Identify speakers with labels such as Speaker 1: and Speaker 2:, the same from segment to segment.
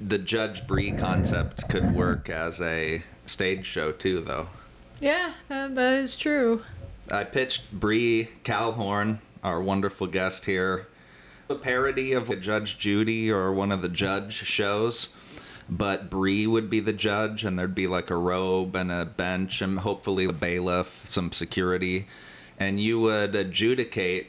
Speaker 1: the Judge Bree concept could work as a stage show too, though.
Speaker 2: Yeah, that, that is true.
Speaker 1: I pitched Bree Calhorn, our wonderful guest here, a parody of Judge Judy or one of the judge shows. But Bree would be the judge, and there'd be like a robe and a bench, and hopefully a bailiff, some security. And you would adjudicate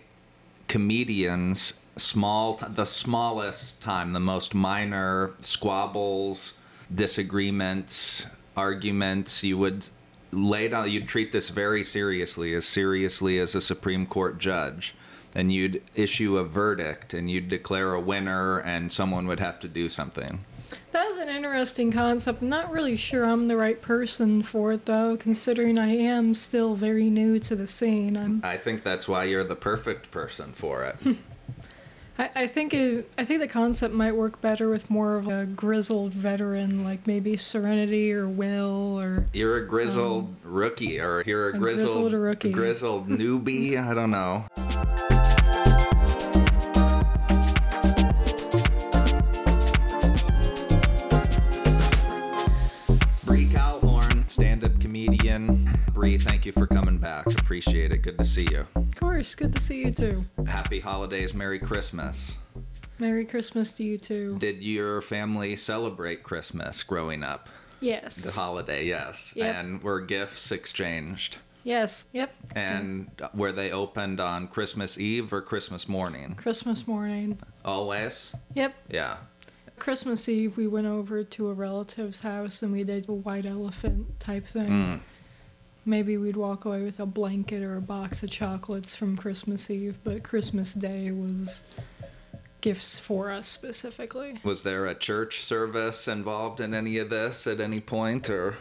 Speaker 1: comedians small the smallest time the most minor squabbles disagreements arguments you would lay down you'd treat this very seriously as seriously as a supreme court judge and you'd issue a verdict and you'd declare a winner and someone would have to do something
Speaker 2: That is an interesting concept. I'm not really sure I'm the right person for it, though, considering I am still very new to the scene. I'm,
Speaker 1: i think that's why you're the perfect person for it
Speaker 2: I, I think it, I think the concept might work better with more of a grizzled veteran, like maybe Serenity or Will or
Speaker 1: you're a grizzled rookie or you're a,
Speaker 2: Um, a
Speaker 1: grizzled
Speaker 2: grizzled rookie.
Speaker 1: grizzled newbie i don't know Bree Calhorn, stand-up comedian. Bree, thank you for coming back. Appreciate it. Good to see you.
Speaker 2: Of course, good to see you too.
Speaker 1: Happy holidays, Merry Christmas.
Speaker 2: Merry Christmas to you too.
Speaker 1: Did your family celebrate Christmas growing up? The
Speaker 2: Yes.
Speaker 1: holiday, yes.
Speaker 2: Yep.
Speaker 1: And were gifts exchanged?
Speaker 2: Yes. Yep.
Speaker 1: And were they opened on Christmas Eve or Christmas morning?
Speaker 2: Christmas morning.
Speaker 1: Always?
Speaker 2: Yep.
Speaker 1: Yeah.
Speaker 2: Christmas Eve, we went over to a relative's house and we did a white elephant type thing.
Speaker 1: Hmm. Mm.
Speaker 2: Maybe we'd walk away with a blanket or a box of chocolates from Christmas Eve, but Christmas Day was gifts for us specifically.
Speaker 1: Was there a church service involved in any of this at any point or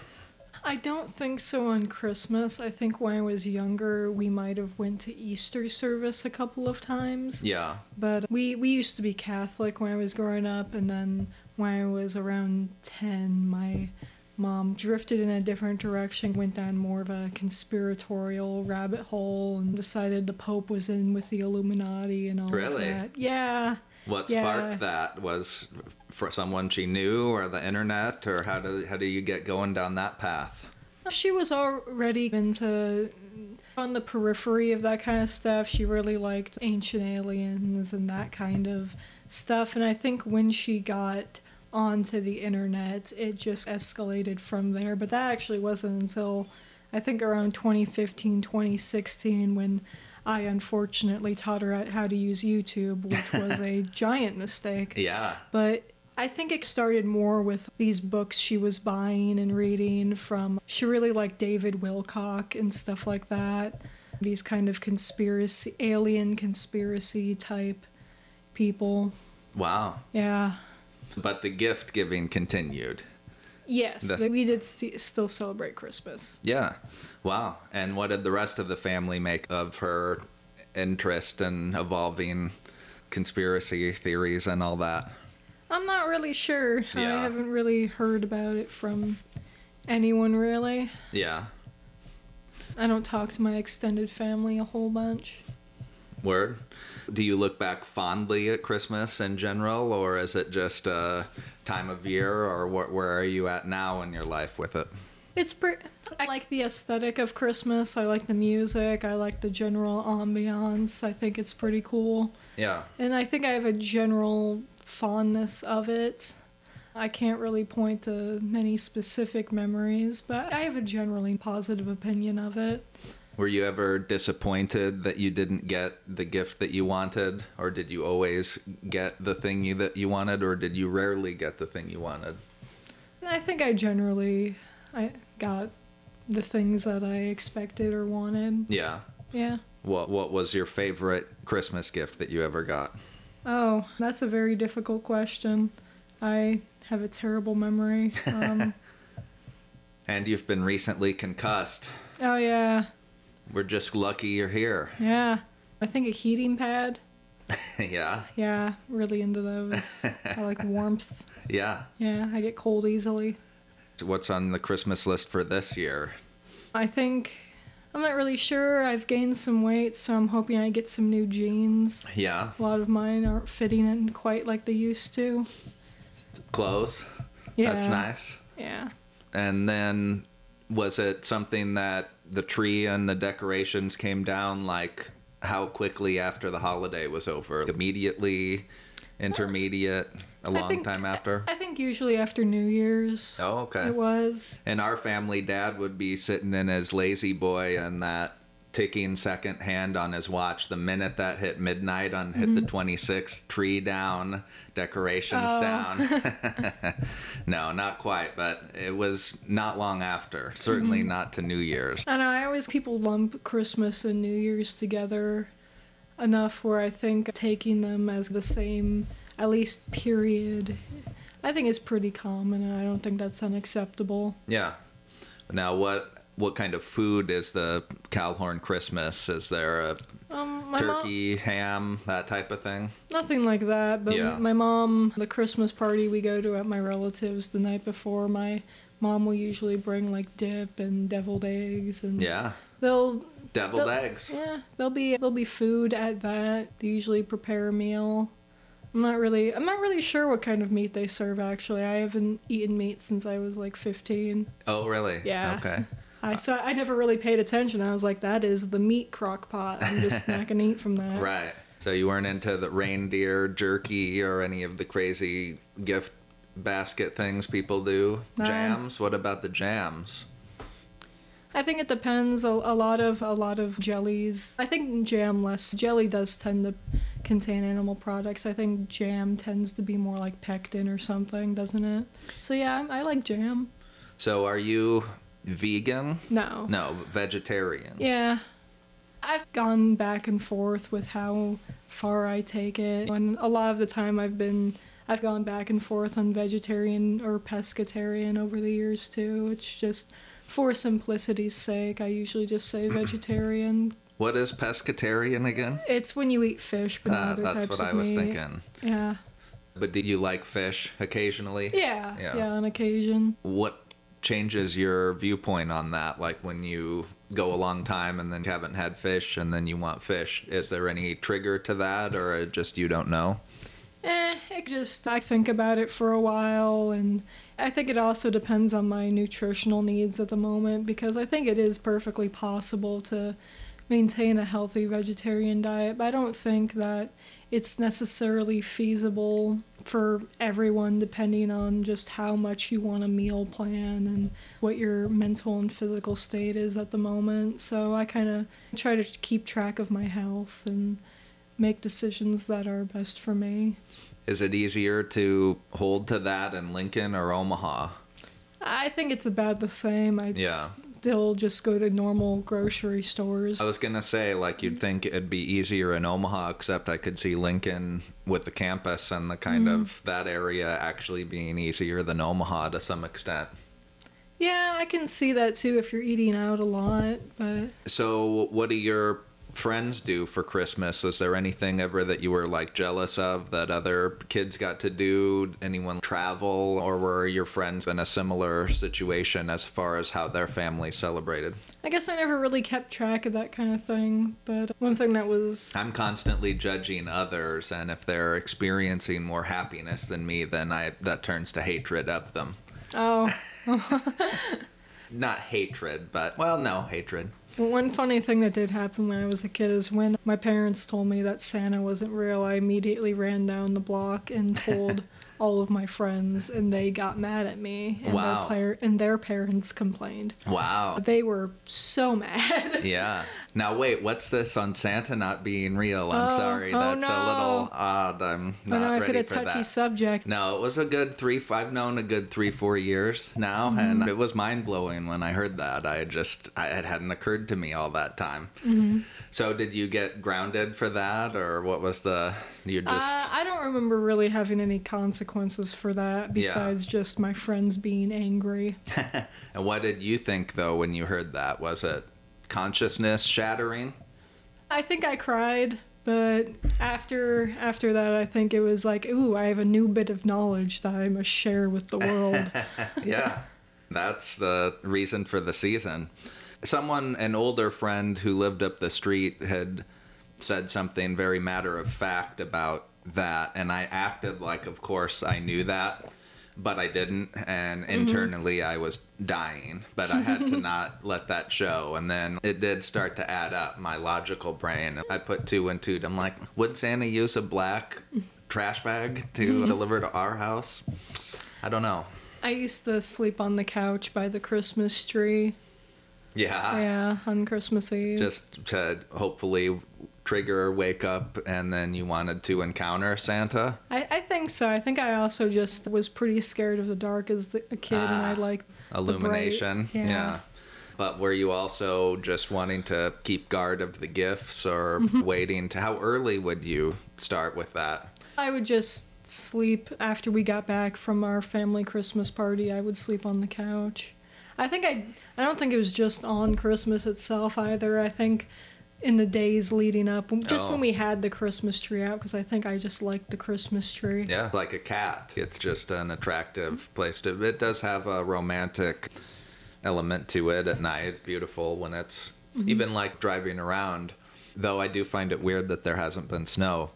Speaker 2: I don't think so on Christmas. I think when I was younger, we might have went to Easter service a couple of times.
Speaker 1: yeah.
Speaker 2: But we, we used to be Catholic when I was growing up, and then when I was around 10, my mom drifted in a different direction, went down more of a conspiratorial rabbit hole, and decided the Pope was in with the Illuminati and all
Speaker 1: Really?
Speaker 2: of that. Yeah.
Speaker 1: What
Speaker 2: Yeah.
Speaker 1: sparked that was for someone she knew or the internet or how do how do you get going down that path?
Speaker 2: She was already into on the periphery of that kind of stuff. She really liked ancient aliens and that kind of stuff. And I think when she got onto the internet, it just escalated from there. But that actually wasn't until I think around 2015, 2016 when I unfortunately taught her how to use YouTube, which was a giant mistake
Speaker 1: Yeah.
Speaker 2: but I think it started more with these books she was buying and reading from. She really liked David Wilcock and stuff like that. These kind of conspiracy, alien conspiracy type people.
Speaker 1: Wow.
Speaker 2: Yeah.
Speaker 1: But the gift giving continued.
Speaker 2: Yes,
Speaker 1: That's-
Speaker 2: that we did st- still celebrate Christmas.
Speaker 1: Yeah. Wow. And what did the rest of the family make of her interest in evolving conspiracy theories and all that?
Speaker 2: I'm not really sure.
Speaker 1: Yeah.
Speaker 2: I haven't really heard about it from anyone really.
Speaker 1: Yeah.
Speaker 2: I don't talk to my extended family a whole bunch.
Speaker 1: Word. Do you look back fondly at Christmas in general, or is it just a time of year, or wh- where are you at now in your life with it?
Speaker 2: It's pretty. I like the aesthetic of Christmas. I like the music. I like the general ambiance. I think it's pretty cool.
Speaker 1: Yeah.
Speaker 2: And I think I have a general fondness of it. I can't really point to many specific memories, but I have a generally positive opinion of it.
Speaker 1: Were you ever disappointed that you didn't get the gift that you wanted, or did you always get the thing you, that you wanted, or did you rarely get the thing you wanted?
Speaker 2: And I think I generally I got the things that I expected or wanted.
Speaker 1: Yeah.
Speaker 2: Yeah.
Speaker 1: What What was your favorite Christmas gift that you ever got?
Speaker 2: Oh, that's a very difficult question. I have a terrible memory. Um,
Speaker 1: And you've been recently concussed.
Speaker 2: oh, yeah.
Speaker 1: We're just lucky you're here.
Speaker 2: Yeah. I think a heating pad.
Speaker 1: yeah.
Speaker 2: Yeah, really into those. I like warmth.
Speaker 1: Yeah.
Speaker 2: Yeah, I get cold easily.
Speaker 1: What's on the Christmas list for this year?
Speaker 2: I think I'm not really sure. I've gained some weight, so I'm hoping I get some new jeans.
Speaker 1: Yeah.
Speaker 2: A lot of mine aren't fitting in quite like they used to.
Speaker 1: clothes.
Speaker 2: Yeah.
Speaker 1: That's nice.
Speaker 2: Yeah.
Speaker 1: And then was it something that the tree and the decorations came down like how quickly after the holiday was over? Immediately, intermediate, a long
Speaker 2: think-
Speaker 1: time after?
Speaker 2: I think usually after New Year's.
Speaker 1: Oh, okay.
Speaker 2: It was.
Speaker 1: In our family, dad would be sitting in his lazy boy and that ticking second hand on his watch. The minute that hit midnight on hit the 26th, tree down, decorations
Speaker 2: Mm-hmm. Oh.
Speaker 1: down. no, not quite, but it was not long after. Certainly
Speaker 2: Mm-hmm.
Speaker 1: not to New Year's.
Speaker 2: I know I always people lump Christmas and New Year's together enough where I think taking them as the same at least period I think is pretty common and I don't think that's unacceptable.
Speaker 1: Yeah. Now, what what kind of food is the Calhorn Christmas? Is there a
Speaker 2: Um my mom-
Speaker 1: turkey, ham, that type of thing?
Speaker 2: Nothing like that, but
Speaker 1: Yeah.
Speaker 2: my mom, the Christmas party we go to at my relatives the night before, my mom will usually bring like dip and deviled eggs and
Speaker 1: Yeah.
Speaker 2: they'll
Speaker 1: Deviled
Speaker 2: they'll-
Speaker 1: eggs.
Speaker 2: Yeah, there'll be there'll be food at that. They usually prepare a meal. I'm not really I'm not really sure what kind of meat they serve actually. I haven't eaten meat since I was like 15.
Speaker 1: Oh, really?
Speaker 2: Yeah.
Speaker 1: Okay.
Speaker 2: I so I never really paid attention. I was like that is the meat crock pot. I'm just not going to eat from that.
Speaker 1: Right. So you weren't into the reindeer jerky or any of the crazy gift basket things people do?
Speaker 2: No.
Speaker 1: Jams? What about the jams?
Speaker 2: I think it depends a, a lot of a lot of jellies. I think jam less jelly does tend to contain animal products. I think jam tends to be more like pectin or something, doesn't it? So yeah, I, I like jam.
Speaker 1: So are you vegan?
Speaker 2: No.
Speaker 1: No, vegetarian.
Speaker 2: Yeah. I've gone back and forth with how far I take it. And a lot of the time I've been I've gone back and forth on vegetarian or pescatarian over the years too. It's just for simplicity's sake, I usually just say
Speaker 1: Mm-hmm.
Speaker 2: vegetarian.
Speaker 1: What is pescatarian again?
Speaker 2: It's when you eat fish, but not
Speaker 1: Uh,
Speaker 2: other
Speaker 1: that's
Speaker 2: types
Speaker 1: what
Speaker 2: of
Speaker 1: I was
Speaker 2: meat.
Speaker 1: thinking.
Speaker 2: Yeah.
Speaker 1: But do you like fish occasionally?
Speaker 2: yeah,
Speaker 1: Yeah.
Speaker 2: yeah, on occasion.
Speaker 1: What changes your viewpoint on that? Like when you go a long time and then haven't had fish and then you want fish, is there any trigger to that or just you don't know?
Speaker 2: Eh, it just I think about it for a while, and I think it also depends on my nutritional needs at the moment because I think it is perfectly possible to maintain a healthy vegetarian diet, but I don't think that it's necessarily feasible for everyone depending on just how much you want a meal plan and what your mental and physical state is at the moment. So I kind of try to keep track of my health and make decisions that are best for me.
Speaker 1: Is it easier to hold to that in Lincoln or Omaha?
Speaker 2: I think it's about the same. I
Speaker 1: Yeah.
Speaker 2: still just go to normal grocery stores.
Speaker 1: I was going to say, like, you'd think it'd be easier in Omaha, except I could see Lincoln with the campus and the kind of that area actually being easier than Omaha to some extent.
Speaker 2: Yeah, I can see that too if you're eating out a lot, but
Speaker 1: So, what do your friends do for Christmas? Is there anything ever that you were like jealous of that other kids got to do? Anyone travel, or were your friends in a similar situation as far as how their family celebrated?
Speaker 2: I guess I never really kept track of that kind of thing. But one thing that was
Speaker 1: I'm constantly judging others, and if they're experiencing more happiness than me, then I that turns to hatred of them.
Speaker 2: oh,
Speaker 1: Not hatred, but well, no hatred.
Speaker 2: one funny thing that did happen when I was a kid is when my parents told me that Santa wasn't real, I immediately ran down the block and told all of my friends, and they got mad at me. And
Speaker 1: Wow.
Speaker 2: Their par- and their parents complained.
Speaker 1: Wow.
Speaker 2: They were so mad.
Speaker 1: Yeah. Now wait, what's this on Santa not being real? I'm
Speaker 2: Oh,
Speaker 1: sorry,
Speaker 2: oh,
Speaker 1: that's a little
Speaker 2: no.
Speaker 1: odd. I'm
Speaker 2: I know
Speaker 1: not
Speaker 2: I've hit
Speaker 1: ready
Speaker 2: a
Speaker 1: for
Speaker 2: touchy
Speaker 1: that.
Speaker 2: subject.
Speaker 1: No, it was a good three. I've known a good three, four years now, and it was mind blowing when I heard that. I just, I, it hadn't occurred to me all that time. So, did you get grounded for that, or what was the? You just
Speaker 2: Uh, I don't remember really having any consequences for that besides just my friends being angry.
Speaker 1: And what did you think though when you heard that? Was it consciousness shattering?
Speaker 2: I think I cried, but after after that I think it was like, ooh, I have a new bit of knowledge that I must share with the world.
Speaker 1: yeah. That's the reason for the season. Someone, an older friend who lived up the street, had said something very matter of fact about that, and I acted like, of course, I knew that. but I didn't, and internally I was dying. But I had to not let that show. And then it did start to add up my logical brain. I put two and two. I'm like, would Santa use a black trash bag to deliver to our house? I don't know.
Speaker 2: I used to sleep on the couch by the Christmas tree.
Speaker 1: Yeah.
Speaker 2: Oh, yeah, on Christmas Eve.
Speaker 1: Just to hopefully trigger wake up, and then you wanted to encounter Santa.
Speaker 2: I, I think so. I think I also just was pretty scared of the dark as the, a kid, and I
Speaker 1: Ah,
Speaker 2: like
Speaker 1: illumination. Yeah. But were you also just wanting to keep guard of the gifts or waiting to how early would you start with that?
Speaker 2: I would just sleep after we got back from our family Christmas party. I would sleep on the couch. I think I I don't think it was just on Christmas itself either. I think in the days leading up, just when
Speaker 1: Oh.
Speaker 2: we had the Christmas tree out, because I think I just liked the Christmas tree.
Speaker 1: Yeah. Like a cat. It's just an attractive place to it does have a romantic element to it at night. It's beautiful when it's even like driving around. Though I do find it weird that there hasn't been snow.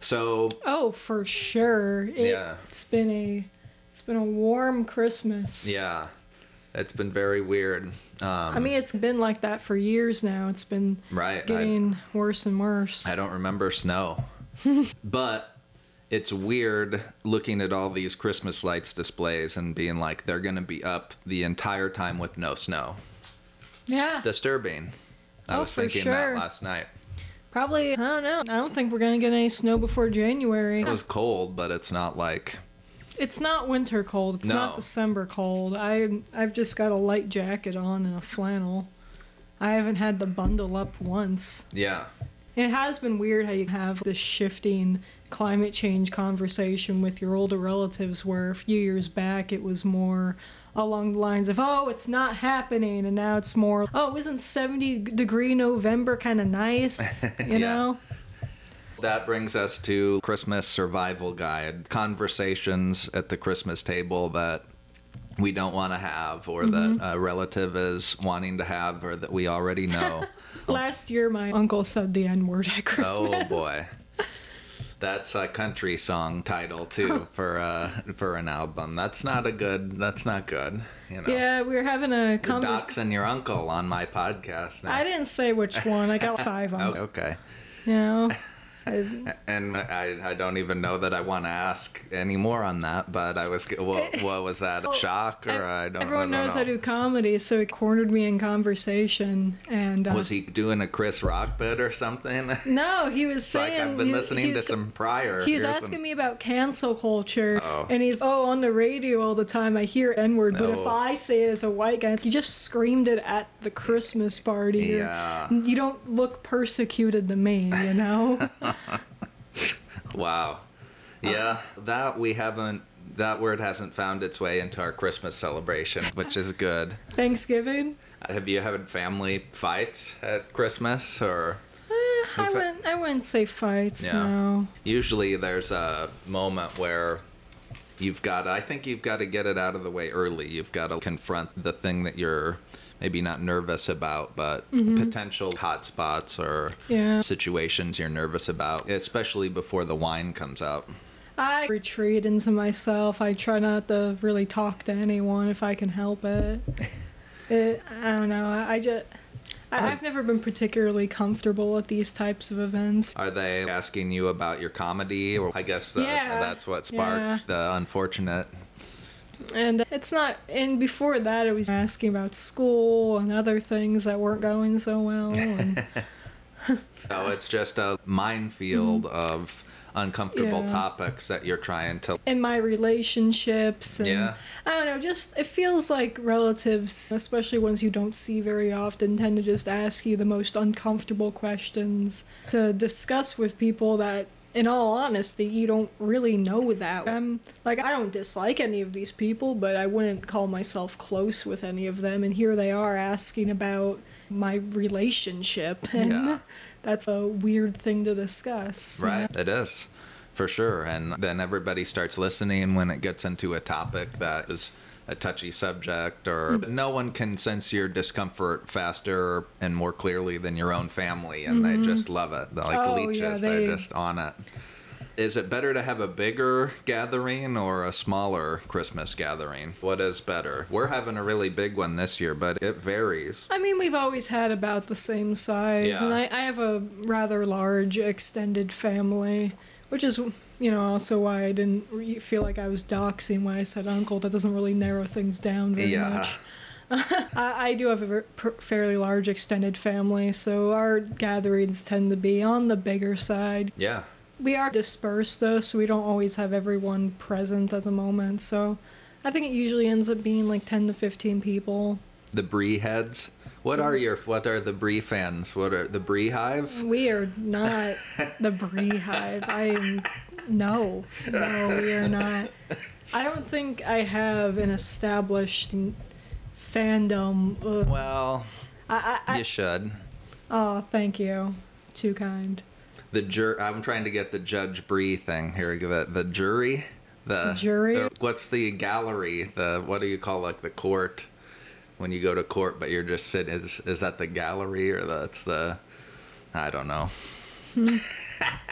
Speaker 1: So
Speaker 2: Oh, for sure. It,
Speaker 1: Yeah.
Speaker 2: It's been a it's been a warm Christmas.
Speaker 1: yeah. It's been very weird. Um
Speaker 2: I mean, it's been like that for years now. It's been
Speaker 1: Right, I-
Speaker 2: getting worse and worse.
Speaker 1: I don't remember snow. but it's weird looking at all these Christmas lights displays and being like, they're going to be up the entire time with no snow.
Speaker 2: yeah.
Speaker 1: Disturbing. I
Speaker 2: Oh,
Speaker 1: was
Speaker 2: for
Speaker 1: thinking
Speaker 2: sure.
Speaker 1: that last night.
Speaker 2: Probably, I don't know. I don't think we're going to get any snow before January.
Speaker 1: It was cold, but it's not like.
Speaker 2: It's not winter cold. It's not
Speaker 1: No.
Speaker 2: December cold. I I've just got a light jacket on and a flannel. I haven't had to bundle up once.
Speaker 1: Yeah.
Speaker 2: It has been weird how you have this shifting climate change conversation with your older relatives, where a few years back it was more along the lines of, oh, it's not happening. And now it's more, oh, isn't 70 degree November kind of nice?
Speaker 1: Yeah.
Speaker 2: You know?
Speaker 1: That brings us to Christmas survival guide conversations at the Christmas table that we don't want to have or
Speaker 2: Mm-hmm.
Speaker 1: that a relative is wanting to have or that we already know.
Speaker 2: Last year, my uncle said the N word at Christmas.
Speaker 1: Oh boy. That's a country song title
Speaker 2: Oh.
Speaker 1: too for uh for an album. That's not a good that's not good, you know.
Speaker 2: Yeah, we were having a
Speaker 1: You're
Speaker 2: conversation.
Speaker 1: doxing your uncle on my podcast now.
Speaker 2: I didn't say which one. I got five on.
Speaker 1: Oh, okay.
Speaker 2: You know? I-
Speaker 1: And I, I don't even know that I want to ask any more on that, but I was what, what was that a shock or I don't
Speaker 2: Everyone
Speaker 1: I don't
Speaker 2: knows
Speaker 1: know.
Speaker 2: I do comedy, so he cornered me in conversation. And uh,
Speaker 1: Was he doing a Chris Rock bit or something?
Speaker 2: No, he was
Speaker 1: like
Speaker 2: saying
Speaker 1: I've been
Speaker 2: he-
Speaker 1: listening
Speaker 2: he
Speaker 1: to
Speaker 2: was,
Speaker 1: some prior.
Speaker 2: He was
Speaker 1: here's
Speaker 2: asking
Speaker 1: some-
Speaker 2: me about cancel culture,
Speaker 1: Oh.
Speaker 2: and he's oh on the radio all the time. I hear N word, but if
Speaker 1: No.
Speaker 2: I say it as a white guy, you just screamed it at the Christmas party. You're-
Speaker 1: Yeah.
Speaker 2: you don't look persecuted to me, you know.
Speaker 1: Wow. Yeah, that we haven't. That word hasn't found its way into our Christmas celebration, which is good.
Speaker 2: Thanksgiving.
Speaker 1: Have you had family fights at Christmas or?
Speaker 2: Eh, I
Speaker 1: In fact-
Speaker 2: wouldn't. I wouldn't say fights.
Speaker 1: Yeah.
Speaker 2: No.
Speaker 1: Usually there's a moment where you've got. I think you've got to get it out of the way early. You've got to confront the thing that you're maybe not nervous about, but potential hot spots or
Speaker 2: Mm-hmm. Yeah.
Speaker 1: situations you're nervous about, especially before the wine comes out.
Speaker 2: I retreat into myself. I try not to really talk to anyone if I can help it. it I don't know. I, I just. I, I've never been particularly comfortable at these types of events.
Speaker 1: Are they asking you about your comedy? Or I guess the,
Speaker 2: Yeah.
Speaker 1: that's what sparked the unfortunate.
Speaker 2: And it's not. And before that, it was asking about school and other things that weren't going so well. And
Speaker 1: No, it's just a minefield of uncomfortable
Speaker 2: Mm-hmm. Yeah.
Speaker 1: topics that you're trying to.
Speaker 2: in my relationships and
Speaker 1: Yeah.
Speaker 2: i don't know just it feels like relatives especially ones you don't see very often tend to just ask you the most uncomfortable questions to discuss with people that in all honesty you don't really know that i'm like i don't dislike any of these people but i wouldn't call myself close with any of them and here they are asking about my relationship and
Speaker 1: Yeah.
Speaker 2: that's a weird thing to discuss
Speaker 1: Right? It is, for sure. And then everybody starts listening when it gets into a topic that is a touchy subject, or
Speaker 2: Hmm.
Speaker 1: no one can sense your discomfort faster and more clearly than your own family, and they just love it. They're like
Speaker 2: Mm-hmm. Oh,
Speaker 1: leeches,
Speaker 2: yeah,
Speaker 1: they...
Speaker 2: they-
Speaker 1: are just on it. Is it better to have a bigger gathering or a smaller Christmas gathering? What is better? We're having a really big one this year, but it varies.
Speaker 2: I mean, we've always had about the same size,
Speaker 1: Yeah.
Speaker 2: and I, I have a rather large extended family, which is, you know, also why I didn't re- feel like I was doxing when I said uncle. That doesn't really narrow things down very
Speaker 1: yeah.
Speaker 2: much. I, I do have a ver- per- fairly large extended family, so our gatherings tend to be on the bigger side.
Speaker 1: Yeah.
Speaker 2: We are dispersed though, so we don't always have everyone present at the moment. So I think it usually ends up being like 10 to 15 people.
Speaker 1: The Brie heads. What are your what are the Brie fans? What are the Brie hive?
Speaker 2: We are not the Brie Hive. I am no, no, we are not. I don't think I have an established n- fandom. Ugh.
Speaker 1: Well,
Speaker 2: I, I, I,
Speaker 1: you should.
Speaker 2: oh, thank you. Too kind.
Speaker 1: The jur I'm trying to get the Judge Bree thing here. The the jury. The
Speaker 2: Jury?
Speaker 1: the- what's the gallery? The what do you call like the court? When you go to court, but you're just sitting. Is is that the gallery or that's the? I don't know.
Speaker 2: Hmm.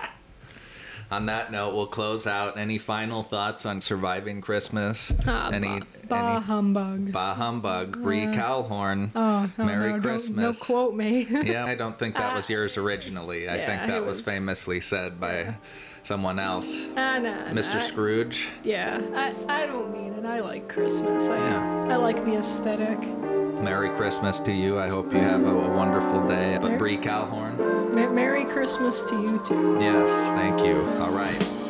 Speaker 1: on that note, we'll close out. Any final thoughts on surviving Christmas?
Speaker 2: Ah,
Speaker 1: any
Speaker 2: bah, bah
Speaker 1: any
Speaker 2: humbug.
Speaker 1: bah humbug? Bree Calhorn.
Speaker 2: Uh, oh, no,
Speaker 1: Merry
Speaker 2: no,
Speaker 1: Christmas.
Speaker 2: Don't, no, quote me.
Speaker 1: Yeah, I don't think that was yours originally. I
Speaker 2: Uh, yeah,
Speaker 1: think that
Speaker 2: it
Speaker 1: was,
Speaker 2: was-
Speaker 1: famously said by someone else,
Speaker 2: Ah, nah, nah,
Speaker 1: Mr.
Speaker 2: I-
Speaker 1: Scrooge.
Speaker 2: Yeah, I, I don't mean it. I like Christmas. I,
Speaker 1: Yeah.
Speaker 2: I like the aesthetic.
Speaker 1: Merry Christmas to you. I hope you have a wonderful day. But
Speaker 2: Merry-
Speaker 1: Bree Calhorn.
Speaker 2: Mer- Merry Christmas to you too.
Speaker 1: Yes, thank you. All right.